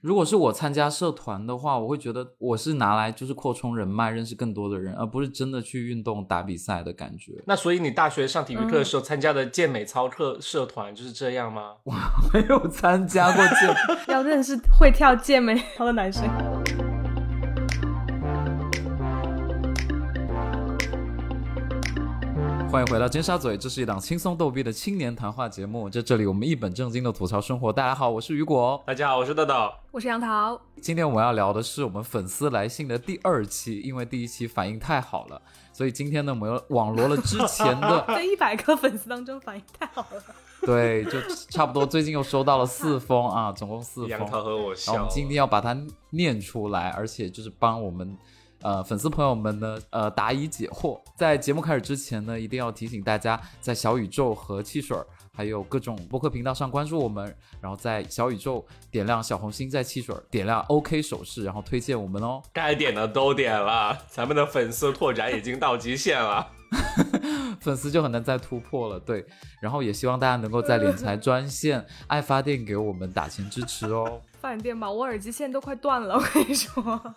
如果是我参加社团的话，我会觉得我是拿来就是扩充人脉，认识更多的人，而不是真的去运动打比赛的感觉。 那所以你大学上体育课嗯的时候参加的健美操课社团就是这样吗？没有参加过健，要认识会跳健美操的男生。 欢迎回到尖沙咀，这是一档轻松逗逼的青年谈话节目，在这里我们一本正经的吐槽生活。大家好，我是雨果。哦大家好，我是豆豆。我是杨桃，今天我要聊的是我们粉丝来信的第二期，因为第一期反应太好了，所以今天呢，我们又网罗了之前的， 在一百个粉丝当中反应太好 了。对，就差不多最近又收到了四封啊，总共四杨封。桃和我然后我笑们了。今天要把它念出来，而且就是帮我们呃粉丝朋友们呢呃答疑解惑。在节目开始之前呢，一定要提醒大家，在小宇宙和汽水儿还有各种播客频道上关注我们，然后在小宇宙点亮小红心，在汽水儿点亮 OK 手势，然后推荐我们哦。 该点的都点了，咱们的粉丝拓展已经到极限 了。粉丝就很难再突破了。对，然后也希望大家能够在理财专线爱发电给我们打钱支持哦。饭店吧，我耳机线都快断了，我跟你 说。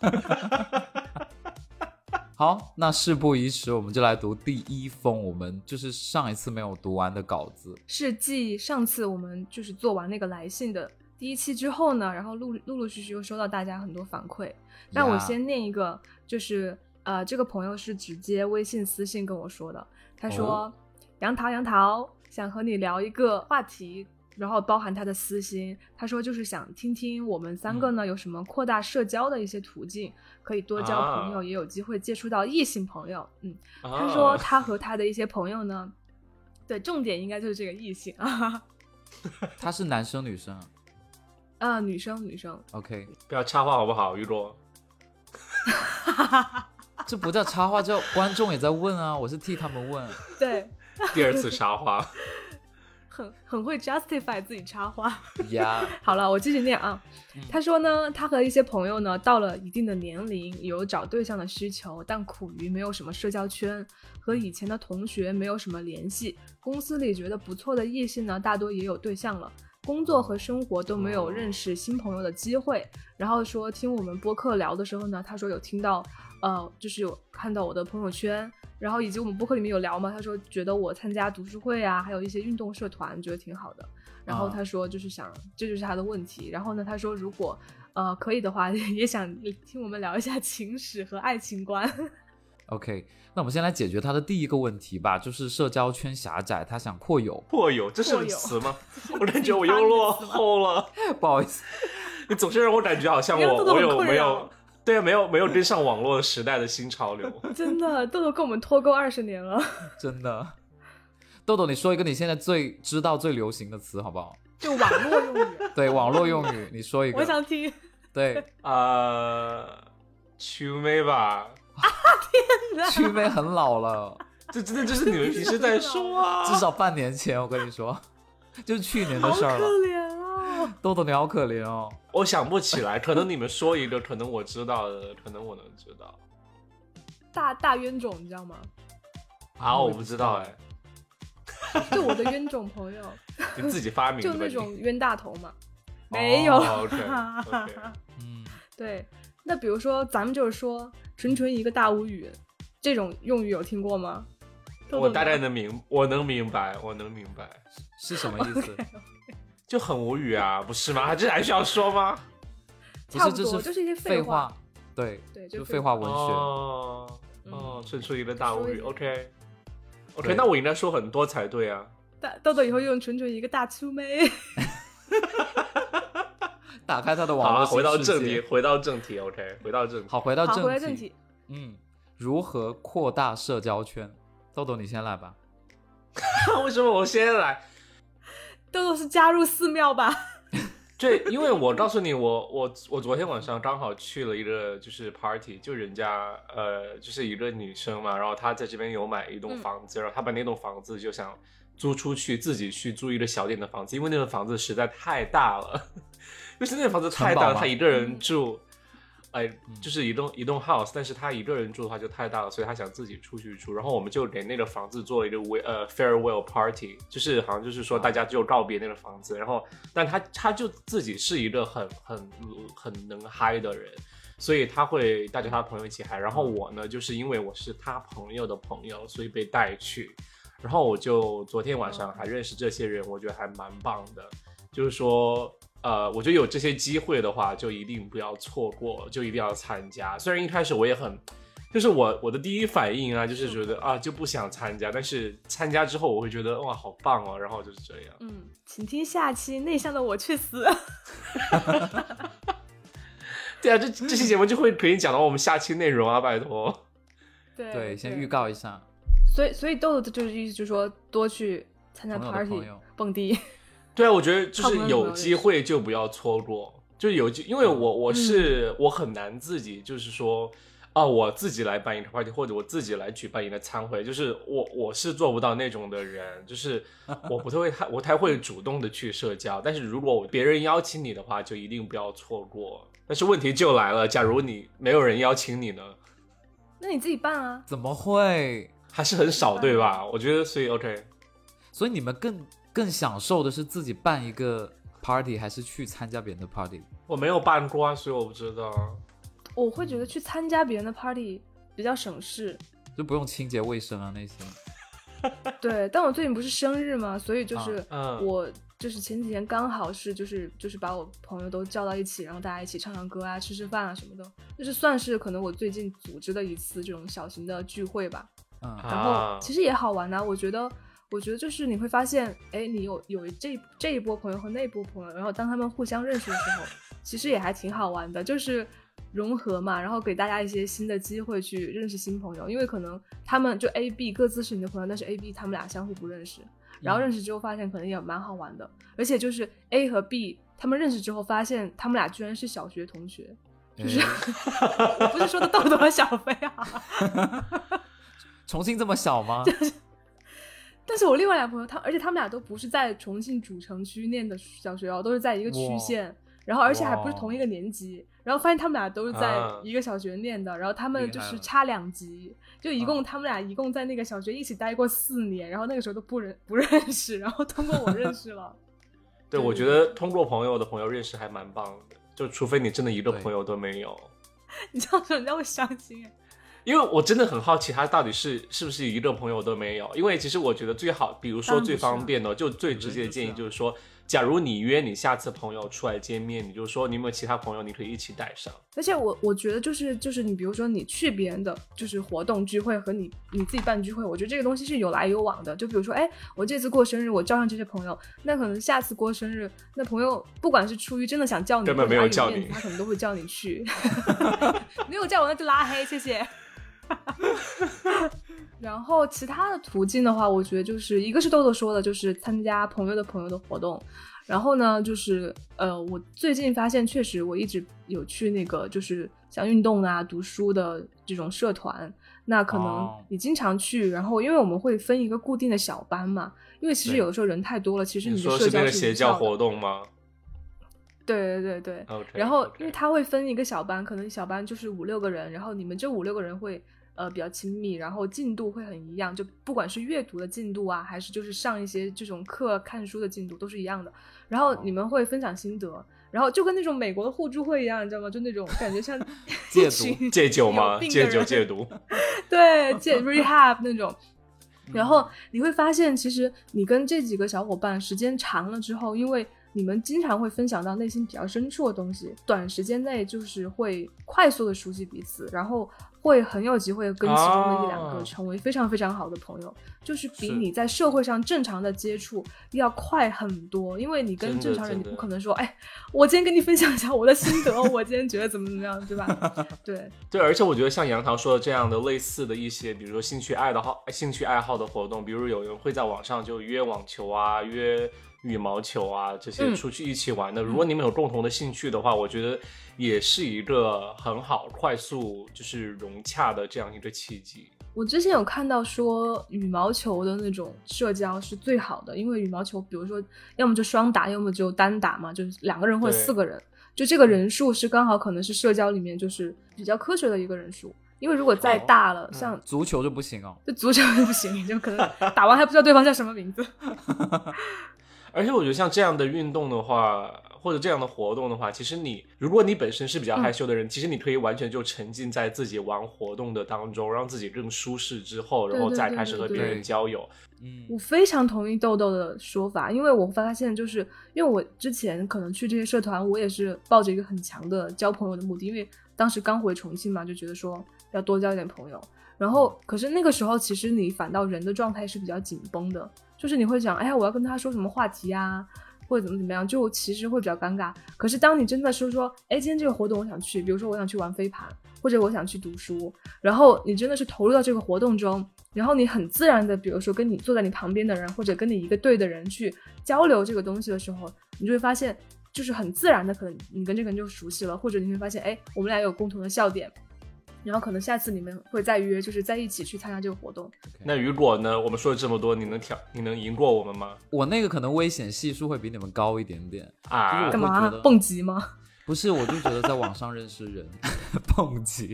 好，那事不宜迟，我们就来读第一封，我们就是上一次没有读完的稿子。是继上次我们就是做完那个来信的第一期之后呢，然后陆陆陆续续又收到大家很多反馈。那我呀先念一个，就是呃，这个朋友是直接微信私信跟我说的，他说：“哦杨桃，杨桃，想和你聊一个话题。”然后包含他的私心，他说就是想听听我们三个呢、嗯有什么扩大社交的一些途径，可以多交朋友，啊也有机会接触到异性朋友。嗯，他他说啊他和他的一些朋友呢，对，重点应该就是这个异性啊，他是男生女生啊呃，女生女生， ？OK，不要插话好不好，雨果？这不叫插话，叫观众也在问啊，我是替他们 问。对，第二次插 话，很很会 justify 自己插话。呀，好了，我继续念啊嗯。他说呢，他和一些朋友呢，到了一定的年龄，有找对象的需求，但苦于没有什么社交圈，和以前的同学没有什么联系。公司里觉得不错的异性呢，大多也有对象了。工作和生活都没有认识新朋友的机会，然后说听我们播客聊的时候呢，他说有听到，呃，就是有看到我的朋友圈，然后以及我们播客里面有聊嘛，他说觉得我参加读书会啊，还有一些运动社团，觉得挺好的。然后啊他说就是想，这就是他的问题。然后呢，他说如果呃可以的话， 也想听我们聊一下情史和爱情观。 OK，那我们先来解决他的第一个问题吧，就是社交圈狭窄，他想扩友。破友，这破是友 词吗？我感觉我又落后了。不好意思，你总是让我感觉好像你让我豆豆我很有困没有扰？对啊，没有没有跟上网络时代的新潮流。真的，豆豆跟我们脱钩二十年了。真的。豆豆，你说一个你现在最知道、最流行的词好不好？ 就网络用语，对，网络用语，你说一我个。想听。 对，呃，曲妹吧，曲妹很老了，这真的就是你们平时在说 至啊。少半年前，我跟你说， 就是去年的好事可儿了。怜哦！豆豆，你好可怜哦。我想不起来，可能你们说一个，可能我知道的，可能我能知道大大冤种，你知道吗？啊，我我也不不知知道道哎，就我的冤种朋友，你自己发明的就吧那你种冤大头嘛。没有。哦 OK，OK 嗯，对，那比如说咱们就是说，纯纯一个大无语，这种用语有听过吗？豆豆我大概呢能明，我能明白，我能明白，是什么意思？就很无语啊，不是吗？这还需要说吗？不差是，不这多是就是一些废废话。对，对，就就废话文学。哦嗯哦，顺出一个大无说一语。个 OK。OK，对那我应该说很多才对啊。大豆豆以后用纯纯一个大粗妹，打开他的好网啊，络回到新世正题，界。回到正题。OK，回到正题。好，回到 好，正回来正题。嗯，如何扩大社交圈？豆豆，你先来吧。 为什么我先来？豆豆是加入寺庙吧？ 对，因为我告诉你，我我我昨天晚上刚好去了一个就是 party，就人家呃就是一个女生嘛，然后她在这边有买一栋嗯房子，然后她把那栋房子就想租出去，自己去租一个小点的房子，因为那个 房子实在太大了，就是那个房子太大城堡了，吗她一个人住。哎，就是一栋一栋 house，但是他一个人住的话就太大了，所以他想自己出去住。然后我们就给那个房子做一个 we 呃 farewell party，就是好像就是说大家就告别那个房子。然后，但他他就自己是一个很很很能嗨的人，所以他会带着他的朋友一起嗨。然后我呢，就是因为我是他朋友的朋友，所以被带去。然后我就昨天晚上还认识这些人，我觉得还蛮棒的。就是说，呃，我觉得有这些机会的话，就一定不要错过，就一定要参加。虽然一开始我也很，就是我我的第一反应啊，就是觉得啊就不想参加，但是参加之后我会觉得哇好棒哦，然后就是这样。嗯，请听下期《内向的我去死》。对啊，这这期节目就会可以讲到我们下期内容啊，拜托。对对，先预。告一下，所以，所以豆豆就是意思就是说，多去参加朋友的 party 朋友蹦迪。 对啊，我觉得就靠朋是友有的机会就不要错过，就是有机，因为我我是、我很难自己就是说，啊，我自己来办一个 party，或者我自己来举办一个餐会，就是我我是做不到那种的人，就是我不太会太我太会主动的去社交，但是如果别人邀请你的话，就一定不要错过。但是问题就来了，假如你没有人邀请你呢，那你自己办啊。怎么会？还是很少对吧？我觉得所以 OK，所以你们更更享受的是自己办一个 party，还是去参加别人的 party？我没有办过啊，所以我不知道。我会觉得去参加别人的 party 比较省事。就不用清洁卫生啊那些。对，但我最近不是生日嘛，所以就是嗯我就是前几天刚好是就是就是把我朋友都叫到一起，然后大家一起唱唱歌啊、吃吃饭啊什么的，就是算是可能我最近组织的一次这种小型的聚会吧。嗯，然后其实也好玩呐、我觉得，我觉得就是你会发现，哎，你有有这这一波朋友和那一波朋友，然后当他们互相认识的时候，其实也还挺好玩的，就是融合嘛，然后给大家一些新的机会去认识新朋友，因为可能他们就 A、B 各自是你的朋友，但是 A、B 他们俩相互不认识，然后认识之后发现可能也蛮好玩的，而且就是 A 和 B 他们认识之后发现他们俩居然是小学同学，就是、哎 我不是说的豆豆和小飞啊。重庆这么小 吗？但是我另外俩朋友，他而且他们俩都不是在重庆主城区念的小学哦，都是在一个区县，然后而且还不是同一个年级，然后发现他们俩都是在啊一个小学念的，然后他们就厉害是了差两级，就一共啊他们俩一共在那个小学一起待过四年，然后那个时候都不认不认识，然后通过我认识了， 对，对我觉得通过朋友的朋友认识还蛮棒的，就除非你真的一个对朋友都没有，你这样说人家会伤心哎，因为我真的很好奇他到底是是不是一个朋友都没有。因为其实我觉得最好，比如当说然不最是啊方便的，就最直接的建议对就就是说，假如你约你下次朋友出来见面，你就说你有没有其他朋友，你可以一起带上。而且我我觉得就是就是你比如说你去别人的就是活动聚会和你你自己办聚会，我觉得这个东西是有来有往的。就比如说，哎，我这次过生日我叫上这些朋友，那可能下次过生日，那朋友不管是出于真的想叫你，根本或没者有他叫面你子他可能都会叫你去。 没有叫我那就拉黑，谢 谢。然后其他的途径的话，我觉得就是一个是豆豆说的，就是参加朋友的朋友的活动。然后呢，就是呃，我最近发现，确实我一直有去那个就是像运动啊、读书的这种社团，那可能哦你经常去。然后因为我们会分一个固定的小班嘛，因为其实对有的时候人太多了，其实你的说社是交那个是邪无教效的活动吗对对对对， ？OK。然后因为他会分一个小班，可能小班就是五六个人，然后你们这五六个人会呃比较亲密，然后进度会很一样，就不管是阅读的进度啊，还是就是上一些这种课看书的进度都是一样哦的。然后你们会分享心得，然后就跟那种美国的互助会一样，你知道吗？就那种感觉像戒一 群毒 戒酒有吗？病的戒酒人 戒毒。对， 戒 rehab 那种。嗯然后你会发现，其实你跟这几个小伙伴时间长了之后，因为你们经常会分享到内心比较深处的东西，短时间内就是会快速的熟悉彼此，然后会很有机会跟其中的一两哦个成为非常非常好的朋友，就是比是你在社会上正常的接触要快很多，因为你跟真的正常人真你的不可能说，哎，我今天跟你分享一下我的心得，我今天觉得怎么怎么样，对吧？ 对，对，而且我觉得像杨桃说的这样的类似的一些，比如说兴趣爱的好、兴趣爱好的活动，比如有人会在网上就约网球啊、约羽毛球啊这些嗯出去一起玩的。如果你们有共同的兴趣的话，我觉得也是一个很好、快速就是融洽的这样一个契机。我之前有看到说羽毛球的那种社交是最好的，因为羽毛球，比如说要么就双打，要么就单打嘛，就是两个人或者对嗯四个人，就这个人数是刚好可能是社交里面就是比较科学的一个人数，因为如果再大了，嗯像足球就不行哦。就足球就不行，就可能打完还不知道对方叫什么名字。而且我觉得像这样的运动的话，或者这样的活动的话，其实你如果你本身是比较嗯害羞的人，其实你可以完全就沉浸在自己玩活动的当中，让自己更舒适之后，对然后对再对开始对和别对人交友。嗯我非常同意豆豆的说法，因为我发现就是因为我之前可能去这些社团，我也是抱着一个很强的交朋友的目的，因为当时刚回重庆嘛，就觉得说要多交一点朋友。然后，可是那个时候，其实你反倒人的状态是比较紧绷的，就是你会想，哎呀，我要跟他说什么话题啊，或者怎么怎么样，就其实会比较尴尬。可是当你真的是说，哎，今天这个活动我想去，比如说我想去玩飞盘，或者我想去读书，然后你真的是投入到这个活动中，然后你很自然的，比如说跟你坐在你旁边的人，或者跟你一个队的人去交流这个东西的时候，你就会发现，就是很自然的，可能你跟这个人就熟悉了，或者你会发现，哎，我们俩有共同的笑点，然后可能下次你们会再约，就是在一起去参加这个活动。那雨果呢？我们说了这么多，你能挑，你能赢过我们吗？我那个可能危险系数会比你们高一点点。啊干，我嘛觉得蹦极吗？不是，我就觉得在网上认识人，蹦极。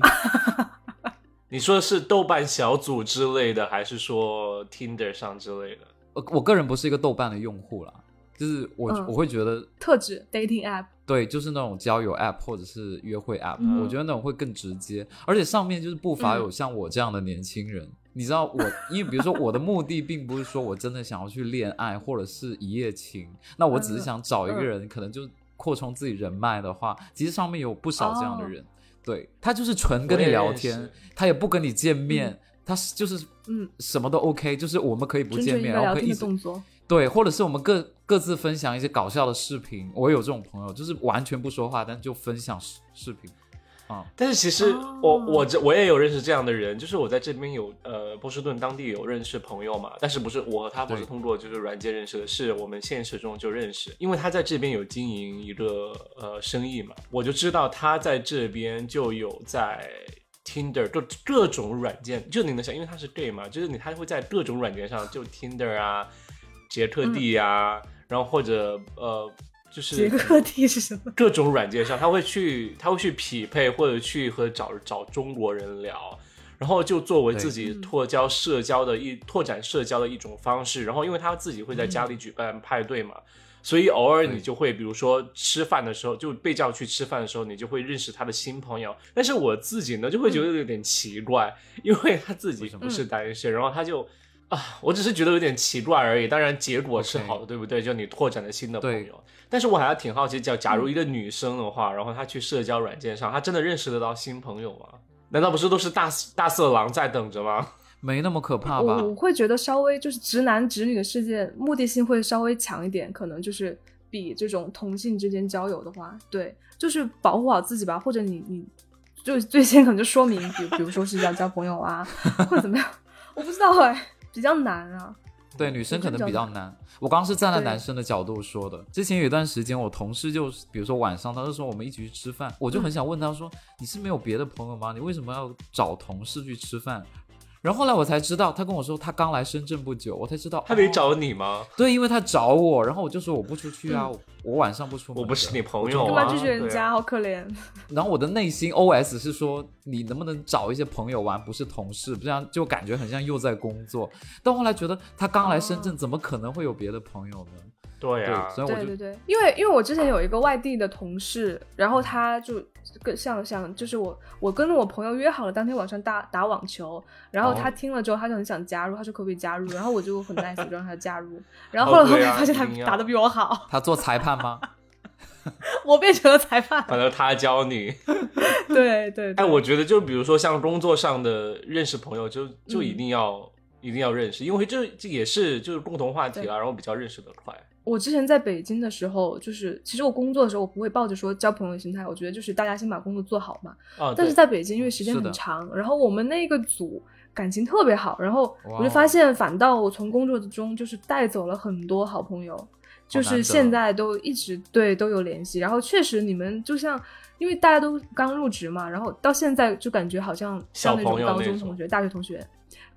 你说的是豆瓣小组之类的，还是说 Tinder 上之类的？我我个人不是一个豆瓣的用户啦，就是我、嗯我会觉得，特指 dating app，对，就是那种交友 app 或者是约会 app，、嗯我觉得那种会更直接，而且上面就是不乏有像我这样的年轻人。你知道我，因为比如说我的目的并不是说我真的想要去恋爱或者是一夜情，那我嗯只是想找一个人，可能就扩充自己人脉的话，其实上面有不少这样哦的人，对他就是纯跟你我也聊认识天，他也不跟你见面，他是就是嗯，什么都 OK，就是我们可以不纯见纯一面，个然聊 后可以天一的直动作。对，或者是我们各各自分享一些搞笑的视频。我有这种朋友，就是完全不说话，但就分享视视频。但是其实哦我、我这我也有认识这样的人，就是我在这边有呃波士顿当地有认识朋友嘛，但是不是我和他不是对通过就是软件认识的，是我们现实中就认识，因为他在这边有经营一个呃生意嘛，我就知道他在这边就有在 Tinder 各各种软件，就你能想，因为他是 gay 嘛，就是你他会在各种软件上，就 Tinder 啊、杰克地啊，然后或者呃就是杰嗯克地是什么？ 各种软件上，他会去他会去匹配或者去和找找中国人聊，然后就作为对自己嗯拓交社交的一拓展社交的一种方式。然后因为他自己会在家里举办派对嘛，所以偶尔你嗯对就会，比如说吃饭的时候，就被叫去吃饭的时候，你就会认识他的新朋友。但是我自己呢，就会觉得有点奇怪，因为他自己为什么不是单身，然后他就啊，我只是觉得有点奇怪而已。当然结果是 OK 好的，对不对？就你拓展了新的朋对友。但是我还挺好奇，假假如一个女生的话，然后她去社交软件上，她真的认识得到新朋友吗？难道不是都是大大色狼在等着吗？没那么可啊怕吧？我我会觉得稍微就是直男直女的世界目的性会稍微强一点，可能就是比这种同性之间交友的话，对，就是保护好自己吧，或者你你就最先可能就说明，比比如说是要交朋友啊，或者怎么样，我不知道哎、比较难啊，对，女生可能真比的较难。我刚刚是站在对男生的角度说的。之前有一段时间，我同事就是，比如说晚上，他就说我们一起去吃饭，我就很想问他说：“你是没有别的朋友吗？你为什么要找同事去吃饭？”然后后来我才知道，他跟我说他刚来深圳不久，我才知道她没哦找你吗？对，因为他找我，然后我就说我不出去啊，我我晚上不出门的，嗯我不是你朋有友啊啊！干嘛拒绝人对啊家，好可怜。然后我的内心 OS 是说，你能不能找一些朋友玩，不是同事，这样就感觉很像又在工作。但后来觉得他刚来深圳，怎么可能会有别的朋友呢？对啊，对，所以我对就对对，因为因为我之前有一个外地的同事，然嗯后他就跟像像就是我我跟我朋友约好了当天晚上打打网球，然后哦他听了之后他就很想加入，他说可不可以加入，然后我就很 nice 就让他加 入，然后后来后对面啊发现他一定要打的比我好， 他做裁判吗？我变成了裁判。反正他教你。对对，对哎哎，我觉得就比如说像工作上的认识朋友就，就嗯一定要、一定要认识，因为这这也是就是共同话题对啊，然后比较认识的快。我之前在北京的时候，就是其实我工作的时候我不会抱着说交朋友的心态，我觉得就是大家先把工作做好嘛，啊，但是对在北京，因为时间是很的长，然后我们那个组感情特别好，然后我就哇发哦现，反倒我从工作中就是带走了很多好朋友，就难是得现在都一直对都有联系。然后确实，你们就像因为大家都刚入职嘛，然后到现在就感觉好像小像那朋种友高那中种同学、大学同学，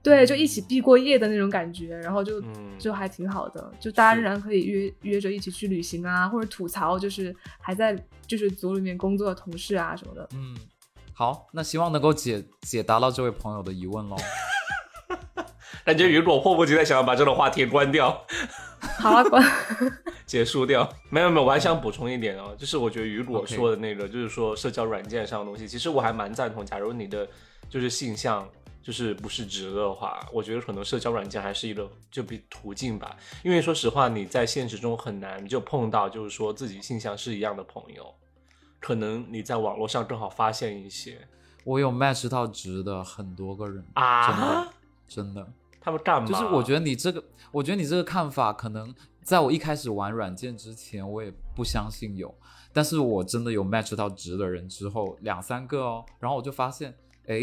对，就一起毕过业的那种感觉，然后就、嗯就还挺好的，就大家是仍然可以约约着一起去旅行啊，或者吐槽就是还在就是组里面工作的同事啊什么的。嗯，好，那希望能够解解答到这位朋友的疑问喽。感觉雨果迫不及待想要把这种话题关掉。好啊，关结束掉。 没有没有，我还想补充一点哦，就是我觉得雨果嗯 OK 说的那个就是说社交软件上的东西，其实我还蛮赞同。假如你的就是性向就是不是直的话，我觉得可能社交软件还是一个就比途径吧。因为说实话，你在现实中很难就碰到就是说自己性向是一样的朋友，可能你在网络上更好发现一些我有 match 到直的很多个人，啊。真的，他们干嘛？就是我觉得你这个，我觉得你这个看法，可能在我一开始玩软件之前，我也不相信有，但是我真的有 match 到直的人之后，两三个哦，然后我就发现，哎，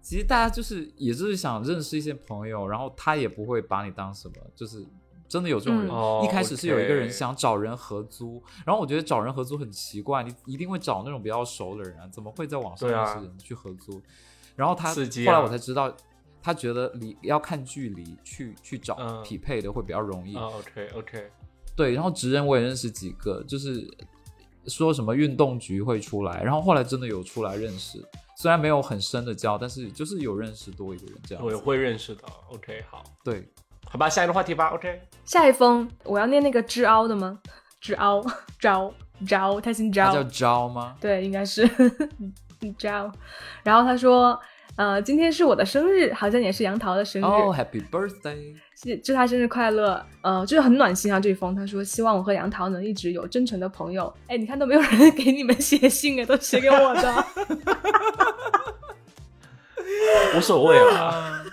其实大家就是也就是想认识一些朋友，然后他也不会把你当什么，就是。真的有这种人，嗯哦一开始是有一个人 OK 想找人合租，然后我觉得找人合租很奇怪，你一定会找那种比较熟的人啊，怎么会在网上对啊认识人去合租？然后他刺激后来啊我才知道，他觉得离要看距离去去找嗯匹配的会比较容易。啊，OK OK，对，然后直人我也认识几个，就是说什么运动局会出来，然后后来真的有出来认识，虽然没有很深的交，但是就是有认识多一个人这样我也子。会认识的。OK，好，对，好吧，下一个话题吧。OK，下一封我要念那个知凹的吗？知凹招招，他姓他叫招，招吗？对，应该是 招。然后他说，呃，今天是我的生日，好像也是杨桃的生日。哦、h a p p y birthday！是祝他生日快乐，呃，就是很暖心啊。这一封他说希望我和杨桃能一直有真诚的朋友。哎，你看都没有人给你们写信啊，都写给我的。无所谓 啊。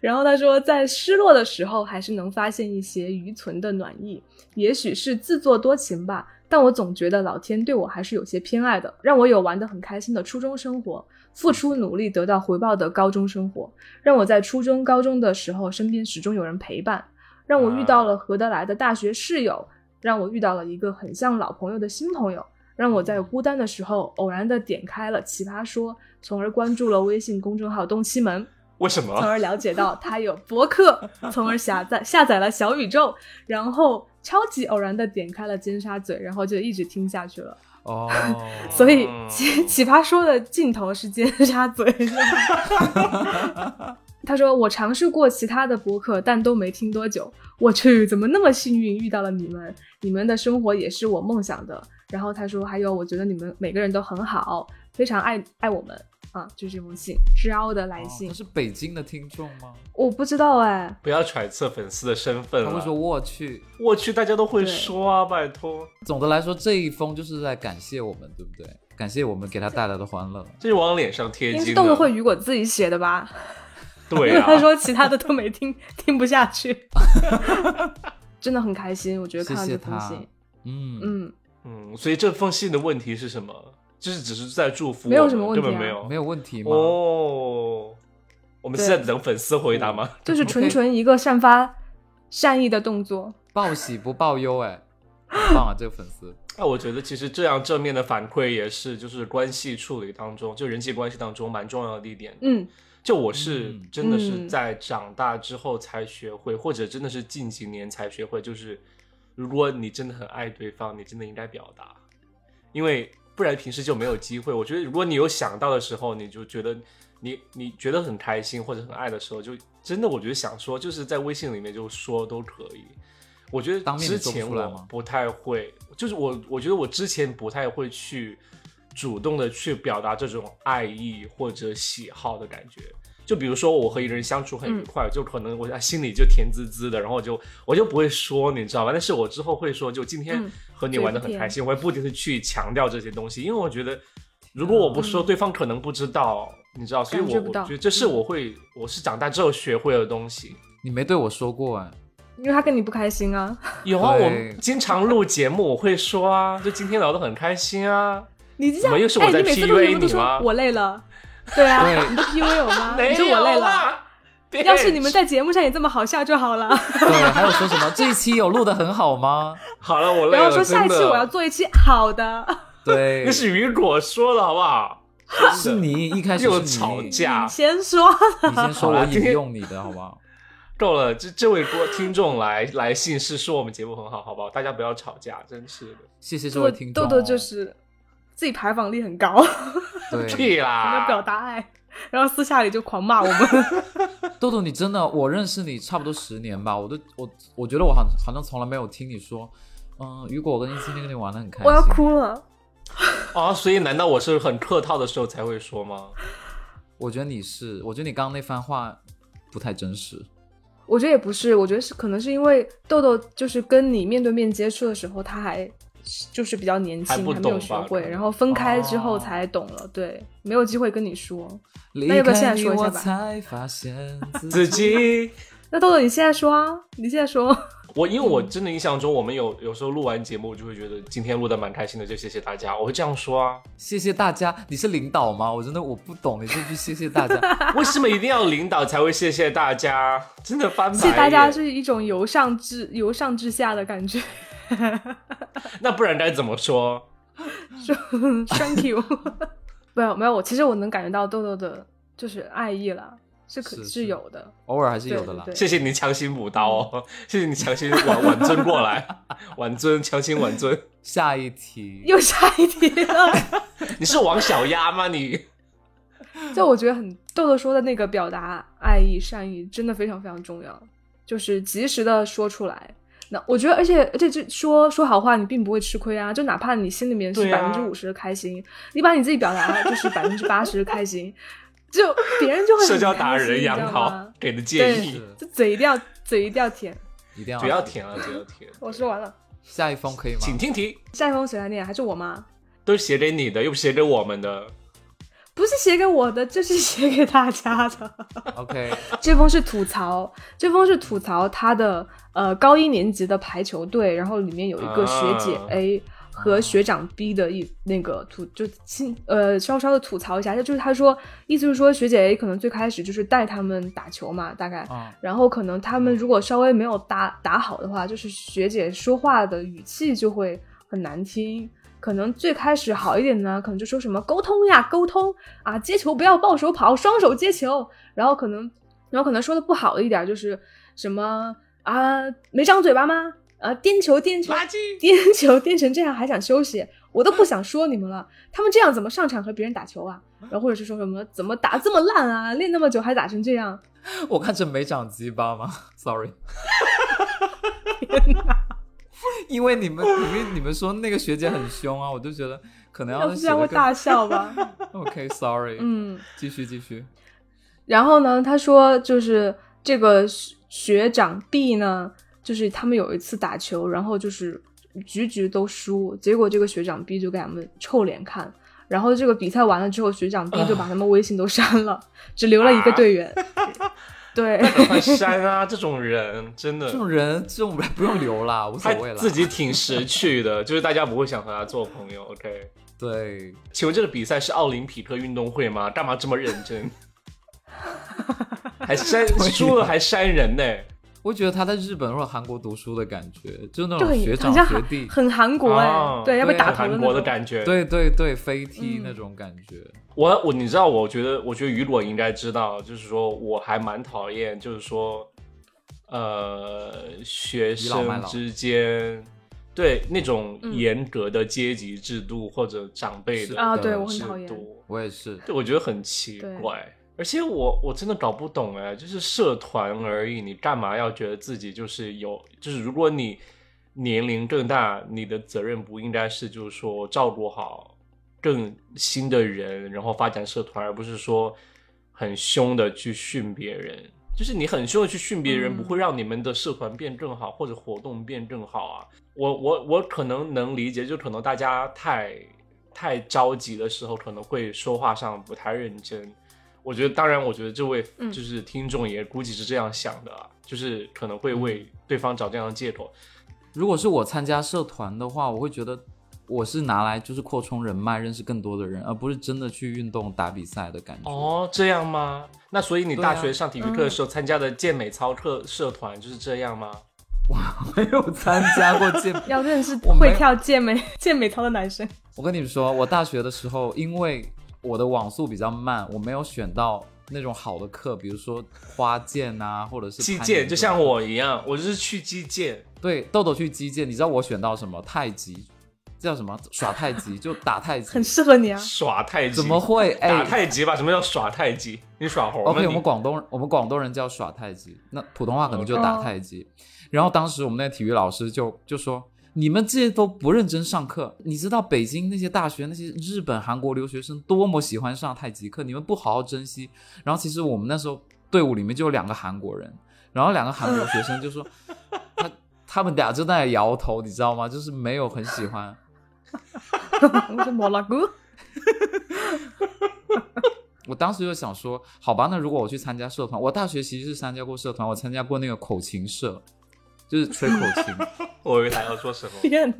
然后他说，在失落的时候，还是能发现一些余存的暖意，也许是自作多情吧。但我总觉得老天对我还是有些偏爱的，让我有玩得很开心的初中生活，付出努力得到回报的高中生活，让我在初中、高中的时候身边始终有人陪伴，让我遇到了合得来的大学室友，让我遇到了一个很像老朋友的新朋友，让我在孤单的时候偶然的点开了《奇葩说》，从而关注了微信公众号“东七门”。为什么？从而了解到他有博客，从而下载下载了小宇宙，然后超级偶然的点开了尖沙咀，然后就一直听下去了。哦，所以哦奇奇葩说的尽头是尖沙咀。 他说：“我尝试过其他的播客，但都没听多久。我去，怎么那么幸运遇到了你们？你们的生活也是我梦想的。”然后他说：“还有，我觉得你们每个人都很好，非常爱爱我们啊！”就这封信，知凹的来哦信他，是北京的听众吗？我不知道哎，不要揣测粉丝的身份他会说了。我去。我去，大家都会对说啊，拜托。总的来说，这一封就是在感谢我们，对不对？感谢我们给他带来的欢乐。这是往脸上贴应该金是的。动物会雨果自己写的吧？对因为啊， 他说其他的都没听， 听不下去。 真的很开心，我觉得看到谢这谢封他信，嗯嗯，嗯，所以这封信的问题是什么？就是只是在祝福我们，没有什么问题啊根本没有，没有有问题吗？哦。我们是在等粉丝回答吗？就是纯纯一个散发善意的动作。报喜不报忧，哎，很棒啊，这个粉丝。那我觉得其实这样正面的反馈也是，就是关系处理当中，就人际关系当中蛮重要的一点。嗯，就我是嗯真的是嗯在长大之后才学会，或者真的是近几年才学会，就是如果你真的很爱对方，你真的应该表达，因为不然平时就没有机会。我觉得如果你有想到的时候，你就觉得你你觉得很开心或者很爱的时候，就真的我觉得想说，就是在微信里面就说都可以。我觉得当面之你说不前出来我吗不太会，就是我我觉得我之前不太会去主动的去表达这种爱意或者喜好的感觉。就比如说我和一个人相处很嗯愉快，就可能我在心里就甜滋滋的，然后我就我就不会说，你知道吧？但是我之后会说，就今天嗯和你玩的很嘴不甜开心，我会不停的去强调这些东西，因为我觉得如果我不说，对方可能不知道，你知道，所以嗯感我觉不我到嗯觉得这是我会我是长大之后学会的东西。你没对我说过，哎，因为他跟你不开心啊，有啊，对我们经常录节目，我会说啊，就今天聊得很开心啊。你这样，怎么又是我哎，在你每次录节 PUA 目都你吗说我累了，对啊，对你都 PUA 我吗？没啊你说我累有啊了。啦，别要是你们在节目上也这么好笑就好了。对，还有说什么这一期有录的很好吗？好了，我累了。然后说下一期真的我要做一期好的，对那，是雨果说的好不好？ 是你嗯一开始又是吵你，架你，先说，你先说，好 啦我今引天用你的好不好？够了，这这位播听众来来信是说我们节目很好，好不好？大家不要吵架，真是的，谢谢这豆位听众豆哦、豆就是自己排榜力很高， 对屁啦！要表达爱，然后私下里就狂骂我们。豆豆，你真的，我认识你差不多十年吧，我都我我觉得我好像好像从来没有听你说，嗯，雨果，我跟你今天跟你玩的很开心， 我要哭了，啊，所以难道我是很客套的时候才会说 吗？我觉得你是，我觉得你刚刚那番话不太真实。我觉得也不是，我觉得是可能是因为豆豆就是跟你面对面接触的时候，他还就是比较年轻，还还不没懂有学吧可会，能然后分开之哦后才懂了，对，没有机会跟你说。离那要不要现开在你说一下我吧 才发现自子己。琪，那豆豆你现在说啊，你现在说，我因为我真的印象中，我们有有时候录完节目，我就会觉得今天录的蛮开心的，就谢谢大家，我会这样说 啊。谢谢大家，你是领导吗？我真的我不懂你这句谢谢大 家。为什么一定要领导才会谢谢大家？真的翻白眼。谢谢大家是一种由上至由上至下的感觉那不然该怎么说？ ，Thank you。没有没有，我其实我能感觉到豆豆的就是爱意了，是可是是是有的，偶尔还是对有的啦。对对谢谢你强行补刀哦，谢谢你强行挽挽尊过 来，挽尊强行挽尊。下一题，又下一题了。你是王小丫吗？你 就我觉得很豆豆说的那个表达爱意、善意，真的非常非常重要，就是及时的说出来。那我觉得，而且而且，这说说好话，你并不会吃亏啊。就哪怕你心里面是对百啊分之五十开心，你把你自己表达就是 百分之八十开心，就别人就会很社交开达心人你知杨道桃吗给的建对议，，就嘴一定要嘴一定要甜。一定要不要舔了，不要舔。我说完了，下一封可以吗？请听题，下一封谁来念？还是我吗？都是写给你的，又不是写给我们的。不是写给我的，就是写给大家的。 OK，这封是吐槽，这封是吐槽他的呃高一年级的排球队，然后里面有一个学姐啊 A 和学长 B 的一那个吐，就轻呃稍稍的吐槽一下，就是他说意思是说学姐 A 可能最开始就是带他们打球嘛，大概，啊、然后可能他们如果稍微没有打打好的话，就是学姐说话的语气就会很难听。可能最开始好一点呢，可能就说什么沟通呀，沟通啊，接球不要抱手跑，双手接球。然后可能，然后可能说的不好的一点就是什么啊，没张嘴巴吗？啊，颠球颠球，垃圾，颠球颠成这样还想休息，我都不想说你们了。他们这样怎么上场和别人打球啊？然后或者是说什么怎么打这么烂啊，练那么久还打成这样，我看成没长鸡巴吗？Sorry。因为你们，因为你们说那个学姐很凶啊，我就觉得可能要要不写然得会更大笑吧？ OK，Sorry，、 嗯，继续继续。然后呢，他说就是这个学学长 B 呢，就是他们有一次打球，然后就是局局都输，结果这个学长 B 就给他们臭脸看。然后这个比赛完了之后，学长 B 就把他们微信都删了，只留了一个队员。对，快删啊！这种人真的这，种人，这种人不用留啦，无所他谓啦。自己挺识趣的， 就是大家不会想和他做朋友。OK，对，请问这个比赛是奥林匹克运动会吗？干嘛这么认 真？还删输了还删人呢？我觉得他在日本或者韩国读书的感觉，就那就种很学长很像学韩弟，很韩国哎、哦对，要被对打头韩那国的种感觉。对对对，飞踢嗯那种感觉。我我你知道，我觉得我觉得雨果应该知道，就是说我还蛮讨厌，就是说，呃，学倚老卖生老之间对那种嗯严格的阶级制度或者长辈是的啊，的对我很制讨厌。度，我也是，对，我觉得很奇怪。而且我我真的搞不懂哎，就是社团而已，你干嘛要觉得自己就是有？就是如果你年龄更大，你的责任不应该是就是说照顾好更新的人，然后发展社团，而不是说很凶的去训别人。就是你很凶的去训别人，嗯不会让你们的社团变更好，或者活动变更好啊。我我我可能能理解，就可能大家太太着急的时候，可能会说话上不太认真。我觉得，当然，我觉得这位嗯就是听众也估计是这样想的、啊，就是可能会嗯为对方找这样的借口。如果是我参加社团的话，我会觉得我是拿来就是扩充人脉，认识更多的人，而不是真的去运动打比赛的感觉。哦，这样吗？那所以你嗯对啊大学上体育课的时候参加的健美操课社团就是这样吗？ 没有参加过 健要认识我没会跳健美健美操的男生。我跟你们说，我大学的时候，因为我的网速比较慢，我没有选到那种好的课，比如说花剑啊，或者是击攀剑，岩就这像种我一样，我就是去击剑，对豆豆去击剑，你知道我选到什么太极，叫什么耍太极，就打太极 很，适合 你啊。耍太极，怎么会打哎？太极吧？什么叫耍太极？你耍猴吗 OK，你我们广东人，我们广东人叫耍太极，那普通话可能就打太极。然后当时我们那体育老师就就说：“你们这些都不认真上课，你知道北京那些大学、那些日本、韩国留学生多么喜欢上太极课，你们不好好珍惜。”然后其实我们那时候队伍里面就有两个韩国人，然后两个韩国学生就说：“ 他他们俩就在那摇头，你知道吗？就是没有很喜欢。”我说莫拉姑，。我当时就想说，好吧，那如果我去参加社团，我大学其实是参加过社团，我参加过那个口琴社，就是吹口琴。我以为他要说什么天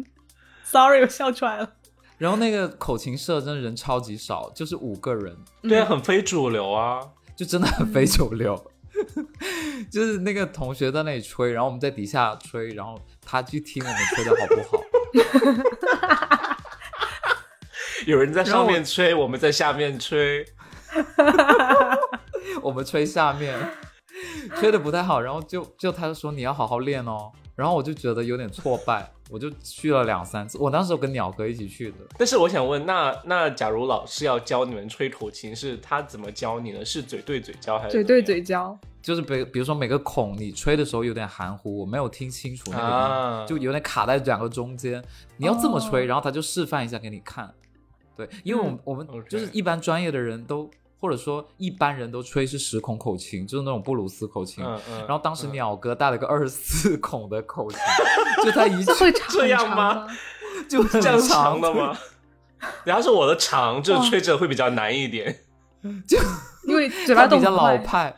，sorry，我笑出来了。然后那个口琴社真的人超级少，就是五个人，对啊，很非主流啊。就真的很非主流。 就是那个同学在那里吹，然后我们在底下吹，然后他去听我们吹的好不好？有人在然上后我面吹，我们在下面吹。我们吹下面，吹的不太好，然后就就他就说你要好好练哦，然后我就觉得有点挫败，我就去了两三次。我当时有跟鸟哥一起去的，但是我想问，那那假如老师要教你们吹口琴，是他怎么教你呢？是嘴对嘴教还是嘴怎么对样嘴交，就是比比如说每个孔你吹的时候有点含糊，我没有听清楚那个音，啊？就有点卡在两个中间。你要这么吹，哦然后他就示范一下给你看。对，因为我们、我们 OK 就是一般专业的人都，或者说一般人都吹是十孔口琴，就是那种布鲁斯口琴。嗯嗯。然后当时嗯鸟哥带了个二十四 孔的口琴，就他一 这去会长这样很长吗吗？就这很样长长 的？吗？然后是我的长，就哇吹着会比较难一点。因为嘴他巴比动较不老快。派，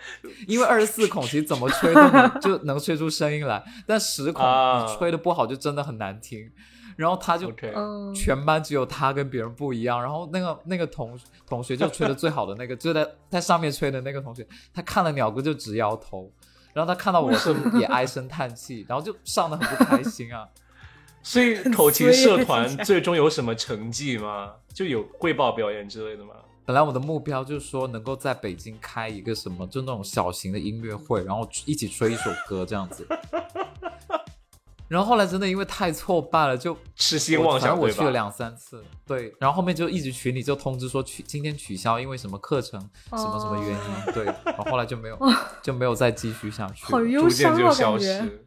因为二十四孔其实怎么吹都能就能吹出声音来，但十孔啊你吹的不好就真的很难听。然后他就 OK，嗯，全班只有他跟别人不一样，然后那个那个同同学就吹的最好的那个，就在在上面吹的那个同学，他看了鸟哥就直摇头，然后他看到我是也唉声叹气，然后就上的很不开心啊。所以口琴很衰耶社团听起来最终有什么成绩吗？就有汇报表演之类的吗？本来我的目标就是说能够在北京开一个什么，就那种小型的音乐会，然后一起吹一首歌这样子。 然后后来真的因为太挫败了，就痴心我妄反想正我对去了吧？两三次，对，然后后面就一直群里就通知说取今天取消，因为什么课程哦什么什么原因， 对，然后后来就没有就没有再继续下去了，好忧逐渐伤就啊，消感觉。失。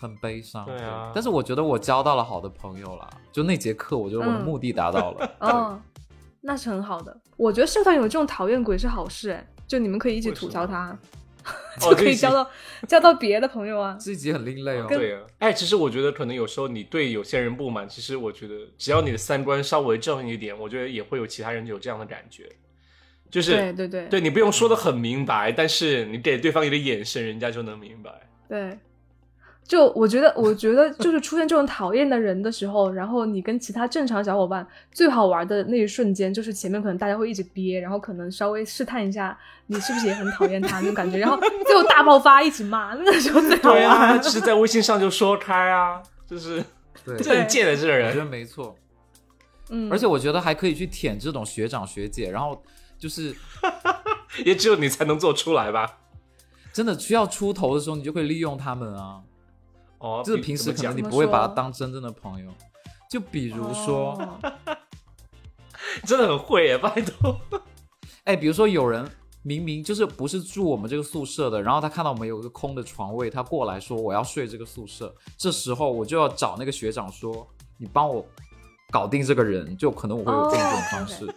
很悲伤。对啊但是我觉得我交到了好的朋友啦，就那节课，我觉得我的嗯目的达到了。 哦，那是很好的。我觉得社团有这种讨厌鬼是好事，哎，就你们可以一起为什吐槽么他，哦 就可以交到交到别的朋友啊。这一集很另类哦，对啊，哎，其实我觉得可能有时候你对有些人不满，其实我觉得只要你的三观稍微正一点，我觉得也会有其他人有这样的感觉，就是对对对对你不用说的很明白，但是你给对方一个眼神，人家就能明白。对，就我觉得，我觉得就是出现这种讨厌的人的时候，然后你跟其他正常小伙伴最好玩的那一瞬间，就是前面可能大家会一直憋，然后可能稍微试探一下你是不是也很讨厌他那种感觉，然后最后大爆发一起骂，那个时候最好对啊，玩。就是在微信上就说开啊，就是 对，这很贱的这个我觉得人。没错。嗯，而且我觉得还可以去舔这种学长学姐，然后就是也只有你才能做出来吧？真的需要出头的时候，你就可以利用他们啊。哦，就是比平时怎么可能讲你怎么不会把他说当真正的朋友。就比如说，哦真的很会耶，拜托。哎、比如说有人明明就是不是住我们这个宿舍的，然后他看到我们有一个空的床位，他过来说我要睡这个宿舍，这时候我就要找那个学长说，你帮我搞定这个人，就可能我会有这种哦方 式。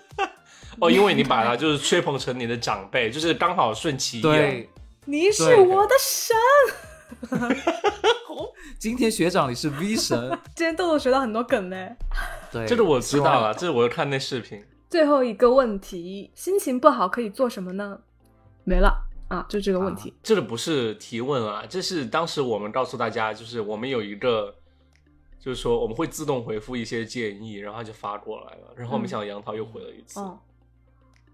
哦，因为你把他就是吹捧成你的长辈，就是刚好顺其意啊。对，你是对我的神。今天学长你是 V 神，今天豆豆学到很多梗嘞。对，这个我知道了。了，这是我看那视频。最后一个问题，心情不好可以做什么呢？没了啊，就这个问题。这个不是提问啊，这是当时我们告诉大家，就是我们有一个，就是说我们会自动回复一些建议，然后他就发过来了，然后没想到杨桃又回了一次。哦，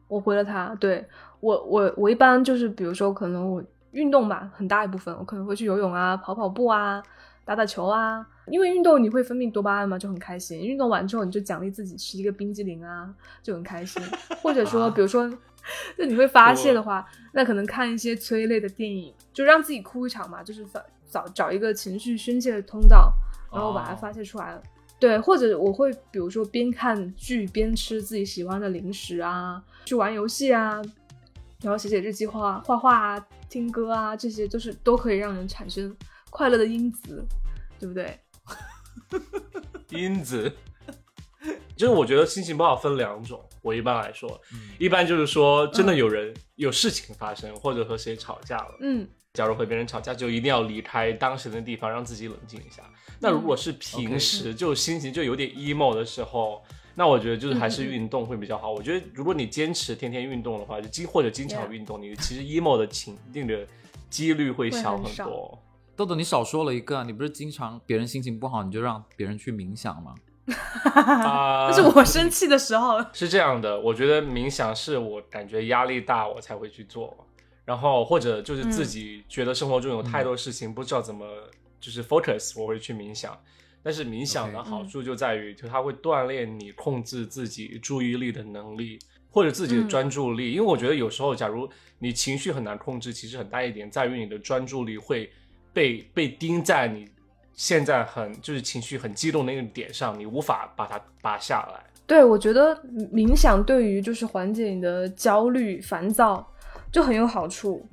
我回了他，对我我我一般就是比如说可能我运动吧，很大一部分我可能会去游泳啊、跑跑步啊。打打球啊，因为运动你会分泌多巴胺嘛，就很开心。运动完之后你就奖励自己吃一个冰激凌啊，就很开心。或者说，比如说，就你会发泄的话，那可能看一些催泪的电影，就让自己哭一场嘛，就是找找找一个情绪宣泄的通道，然后把它发泄出来了。对，或者我会比如说边看剧边吃自己喜欢的零食啊，去玩游戏啊，然后写写日记画画画啊，听歌啊，这些就是都可以让人产生快乐的因子，对不对？因子， 就是我觉得心情不好分两种。我一般来说，一般就是说真的有人、有事情发生，或者和谁吵架了，嗯，假如和别人吵架，就一定要离开当时的地方，让自己冷静一下。那嗯如果是平时就心情就有点 emo 的时候，那我觉得就是嗯还是运动会比较好。我觉得如果你坚持天天运动的话，就经或者经常 Yeah 运动，你其实 emo 的情境的几率会会小很很少多。豆豆，你少说了一个啊，你不是经常别人心情不好，你就让别人去冥想吗？啊、但是 我生气的时候，是这样的，我觉得冥想是我感觉压力大我才会去做，然后或者就是自己觉得生活中有太多事情不知道怎么就是 focus，我会去冥想。但是冥想的 OK 好处就在于，就它会锻炼你控制自己注意力的能力，或者自己的专注力。因为我觉得有时候，假如你情绪很难控制，其实很大一点在于你的专注力会被被盯在你现在很就是情绪很激动的那个点上，你无法把它拔下来。对我觉得冥想对于就是缓解你的焦虑、烦躁就很有好处。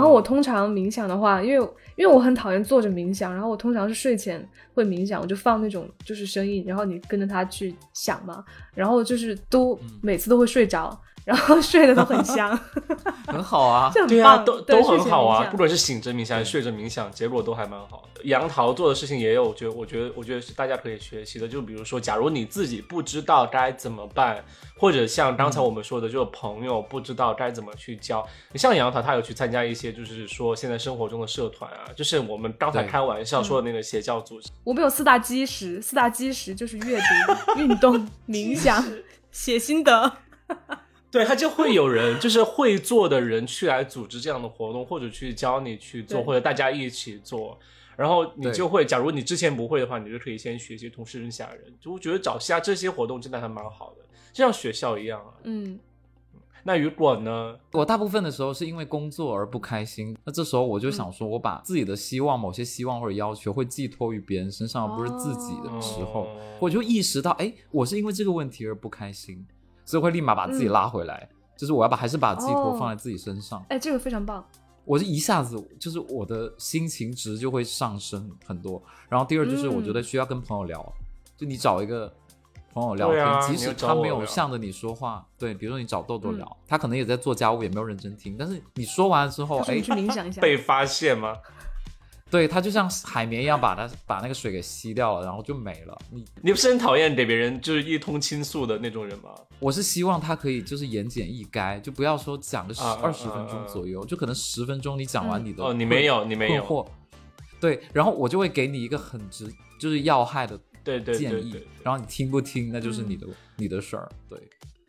嗯后我通常冥想的话，因为因为我很讨厌坐着冥想，然后我通常是睡前会冥想，我就放那种就是声音，然后你跟着它去想嘛，然后就是都嗯每次都会睡着，然后睡得都很 香， 很好啊，就很对啊，棒，都对都很好啊，不睡前冥想管是醒着冥想还是睡着冥想，结果都还蛮好的。杨桃做的事情也有，我觉得我觉得我觉得是大家可以学习的。就比如说，假如你自己不知道该怎么办，或者像刚才嗯我们说的，就是朋友不知道该怎么去交。像杨桃，他有去参加一些，就是说现在生活中的社团啊，就是我们刚才对开玩笑说嗯的那个邪教组织。我们有四大基石，四大基石就是阅读、运 动、冥想、写心得。对他就会有人，就是会做的人去来组织这样的活动，或者去教你去做，对或者大家一起做。然后你对就会，假如你之前不会的话，你就可以先学习，同时认识下人。就我觉得找下这些活动真的还蛮好的，就像学校一样啊。嗯，那雨果呢？我大部分的时候是因为工作而不开心，那这时候我就想说，我把自己的希望、某些希望或者要求会寄托于别人身上，而不是自己的时候，哦我就意识到，哎，我是因为这个问题而不开心，所以会立马把自己拉回来，就是我要把还是把寄托放在自己身上。哎，这个非常棒。我是一下子就是我的心情值就会上升很多。然后第二就是我觉嗯得需要跟朋友聊，就你找一个朋友聊对天，啊即你使要找他我没有聊嗯向着你说话，对，比如说你找豆豆聊，他可能也在做家务，也没有认真听，但是你说完之后，我说哎你，去冥想一下。哦被发现吗？对他就像海绵一样把它把那个水给吸掉了，然后就没了。你你不是很讨厌给别人就是一通倾诉的那种人吗？我是希望他可以就是言简意�赅，就不要说讲个十啊啊二十啊分啊钟左右，就可能十分钟你讲完你的哦，你困没有，你没困有，惑。对，然后我就会给你一个很直，就是要害的对对对建对议，对。然后你听不听，那就是你的、你的事儿。对，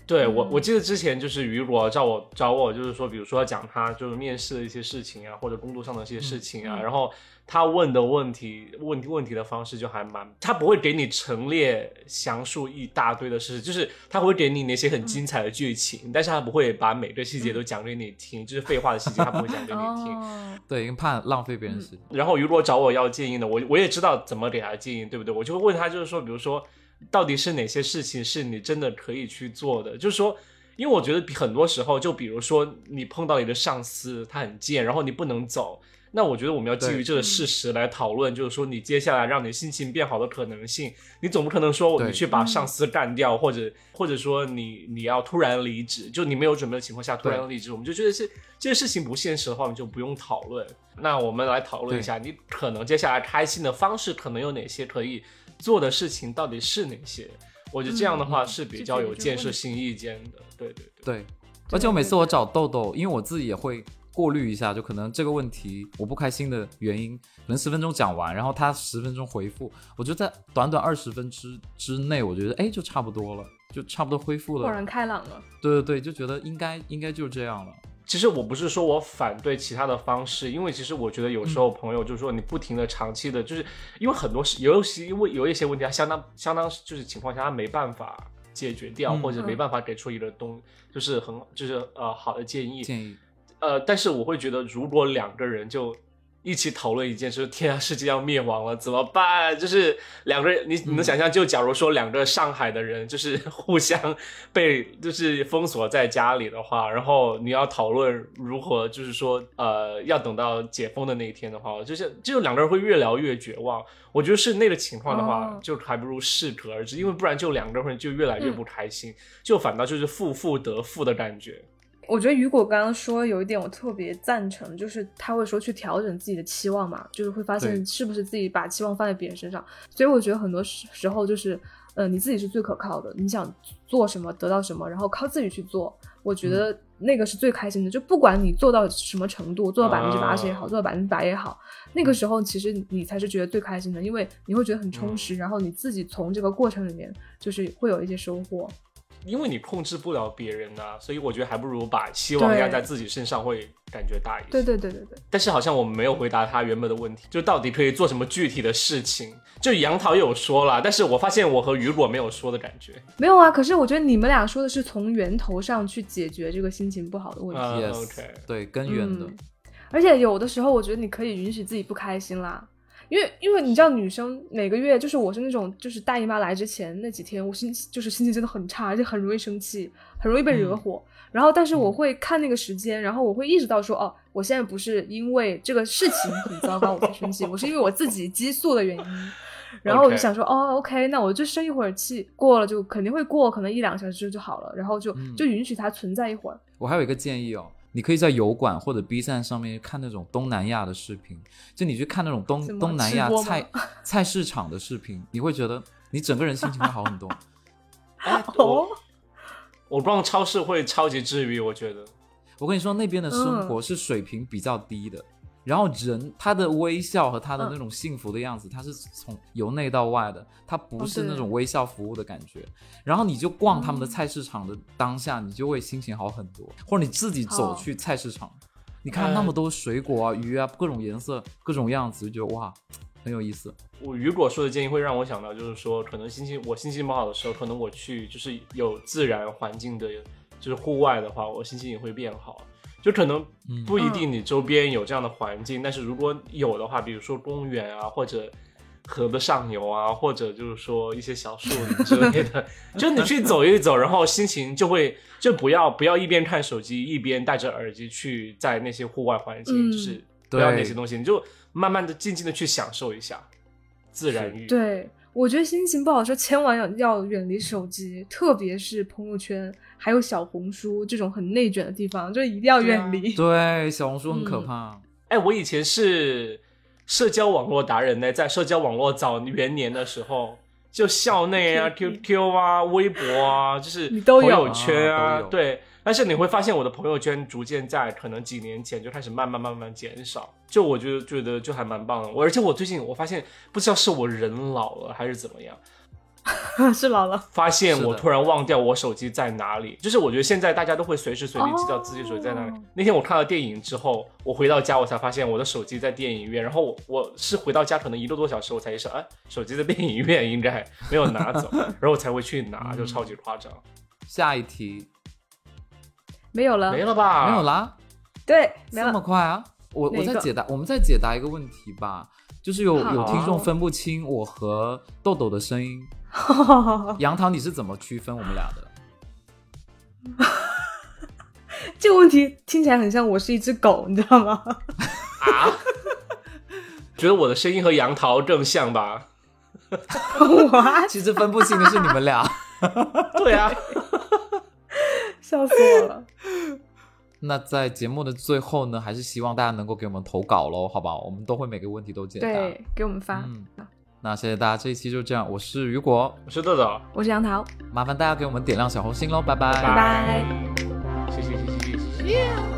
对我嗯，我记得之前就是雨果找我找我，就是说，比如说讲他就是面试的一些事情啊，或者工作上的一些事情啊，嗯嗯然后他问的问题问问题的方式就还蛮，他不会给你陈列详述一大堆的事，就是他会给你那些很嗯精彩的剧情，但是他不会把每个细节都讲给你听，就是废话的细节他不会讲给你听。哦，对，因为怕浪费别人时间。然后如果找我要建议呢，我我也知道怎么给他建议，对不对？我就会问他，就是说，比如说，到底是哪些事情是你真的可以去做的？就是说，因为我觉得比很多时候，就比如说你碰到你的上司，他很贱，然后你不能走，那我觉得我们要基对于这个事实来讨论，就是说你接下来让你心情变好的可能性。你总不可能说对你去把嗯上司干掉，或者或者说你你要突然离职，就你没有准备的情况下突然离职，我们就觉得是这个事情不现实的话，我们就不用讨论。那我们来讨论一下，你可能接下来开心的方式可能有哪些，可以做的事情到底是哪些？我觉得这样的话是比较有建设性意见的。对对对，对，而且我每次我找豆豆，因为我自己也会过滤一下，就可能这个问题我不开心的原因，可能十分钟讲完，然后他十分钟回复，我就在短短二十分之之内，我觉得哎就差不多了，就差不多恢复豁了然。开朗了。对对对，就觉得应该应该就这样了。其实我不是说我反对其他的方式，因为其实我觉得有时候朋友就是说你不停的长期的，就是因为很多事，尤其因为有一些问题，他相当相当就是情况下他没办法解决掉，嗯或者没办法给出一个东，就是很就是呃好的建议。建议呃，但是我会觉得，如果两个人就一起讨论一件事，天啊，世界要灭亡了，怎么办？就是两个人，你你能想象，就假如说两个上海的人，就是 互相被就是封锁在家里的话，然后你要讨论如何，就是说，呃，要等到解封的那一天的话，就是就两个人会越聊越绝望。我觉得是那个情况的话，哦就还不如适可而止，因为不然就两个人就越来越不开心，就反倒就是负负得负的感觉。我觉得雨果刚刚说有一点我特别赞成，就是他会说去调整自己的期望嘛，就是会发现对是不是自己把期望放在别人身上。所以我觉得很多时时候就是，呃，你自己是最可靠的，你想做什么得到什么，然后靠自己去做，我觉嗯得那个是最开心的。就不管你做到什么程度，做到百分之八十也好，啊做到百分之百也好，那个时候其实你才是觉得最开心的，因为你会觉得很充嗯实，然后你自己从这个过程里面就是会有一些收获。因为你控制不了别人啊，所以我觉得还不如把希望压在自己身上，会感觉大一些。对。对对对对，但是好像我们没有回答他原本的问题，就到底可以做什么具体的事情？就杨桃有说了，但是我发现我和雨果没有说的感觉。没有啊。可是我觉得你们俩说的是从源头上去解决这个心情不好的问题，嗯 yes，、 OK 对根源的、嗯而且有的时候我觉得你可以允许自己不开心啦。因为，因为你知道，女生每个月就是我是那种，就是大姨妈来之前那几天，我心就是心情真的很差，而且很容易生气，很容易被惹火。然后，但是我会看那个时间，然后我会意识到说，哦，我现在不是因为这个事情很糟糕我才生气，我是因为我自己激素的原因。然后我就 OK 想说，哦，OK，那我就生一会儿气，过了就肯定会过，可能一两小时就好了，然后就嗯就允许它存在一会儿。我还有一个建议哦，你可以在油管或者 B 站上面看那种东南亚的视频，就你去看那种东怎么东南亚吃播吗 菜菜市场的视频，你会觉得你整个人心情会好很多。哎，我我逛超市会超级治愈，我觉得。我跟你说，那边的嗯生活是水平比较低的，然后人他的微笑和他的嗯那种幸福的样子，他是从由内到外的，他不哦是那种微笑服务的感觉。然后你就逛他们的嗯菜市场的当下，你就会心情好很多，或者你自己走去菜市场，你嗯看那么多水果啊、鱼啊，各种颜色、各种样子，就觉得哇，很有意思。我雨果说的建议会让我想到，就是说，可能心情我心情不好的时候，可能我去就是有自然环境的，就是户外的话，我心情也会变好。就可能嗯不一定你周边有这样的环境，但是如果有的话，比如说公园啊，或者河的上游啊，或者就是说一些小树林之类的， 就你去走一走，然后心情就会就不要不要一边看手机一边戴着耳机去在那些户外环境，嗯就是不要对那些东西，你就慢慢的静静的去享受一下。自然浴。对，我觉得心情不好的时候，千万要要远离手机，特别是朋友圈还有小红书这种很内卷的地方，就一定要对啊远离。对，小红书很可嗯怕。哎，我以前是社交网络达人呢，在社交网络早元年的时候，就校内 啊、QQ 啊、微博啊， 就是你都朋有友圈啊都啊有，对。但是你会发现，我的朋友圈逐渐在可能几年前就开始慢慢慢慢减少。就我就觉得就还蛮棒的。我而且我最近我发现，不知道是我人老了还是怎么样， 是姥姥，发现是的我突然忘掉我手机在哪里。就是我觉得现在大家都会随时随地知道自己手机在哪里。哦那天我看了电影之后，我回到家我才发现我的手机在电影院，然后我我是回到家可能一个多小时我才意识到，哎，手机在电影院应该没有拿走，然后我才会去拿，就超级夸张。下一题嗯没有了，没了吧？没有。啦。对，没这么了。快啊！我我哪在个解答，我们在解答一个问题吧，就是有好有听众分不清我和豆豆的声音。杨桃，你是怎么区分我们俩的？ 这个问题听起来很像我是一只狗，你知道吗？ 觉得我的声音和杨桃更像吧？哇，其实分不清的是你们俩。对啊， 笑死我了。那在节目的最后呢，还是希望大家能够给我们投稿喽，好不好？我们都会每个问题都解答。对，给我们发。嗯，那谢谢大家，这一期就这样。我是雨果，我是豆豆，我是杨桃，麻烦大家给我们点亮小红心喽，拜拜拜拜。谢谢谢谢谢谢。 Yeah.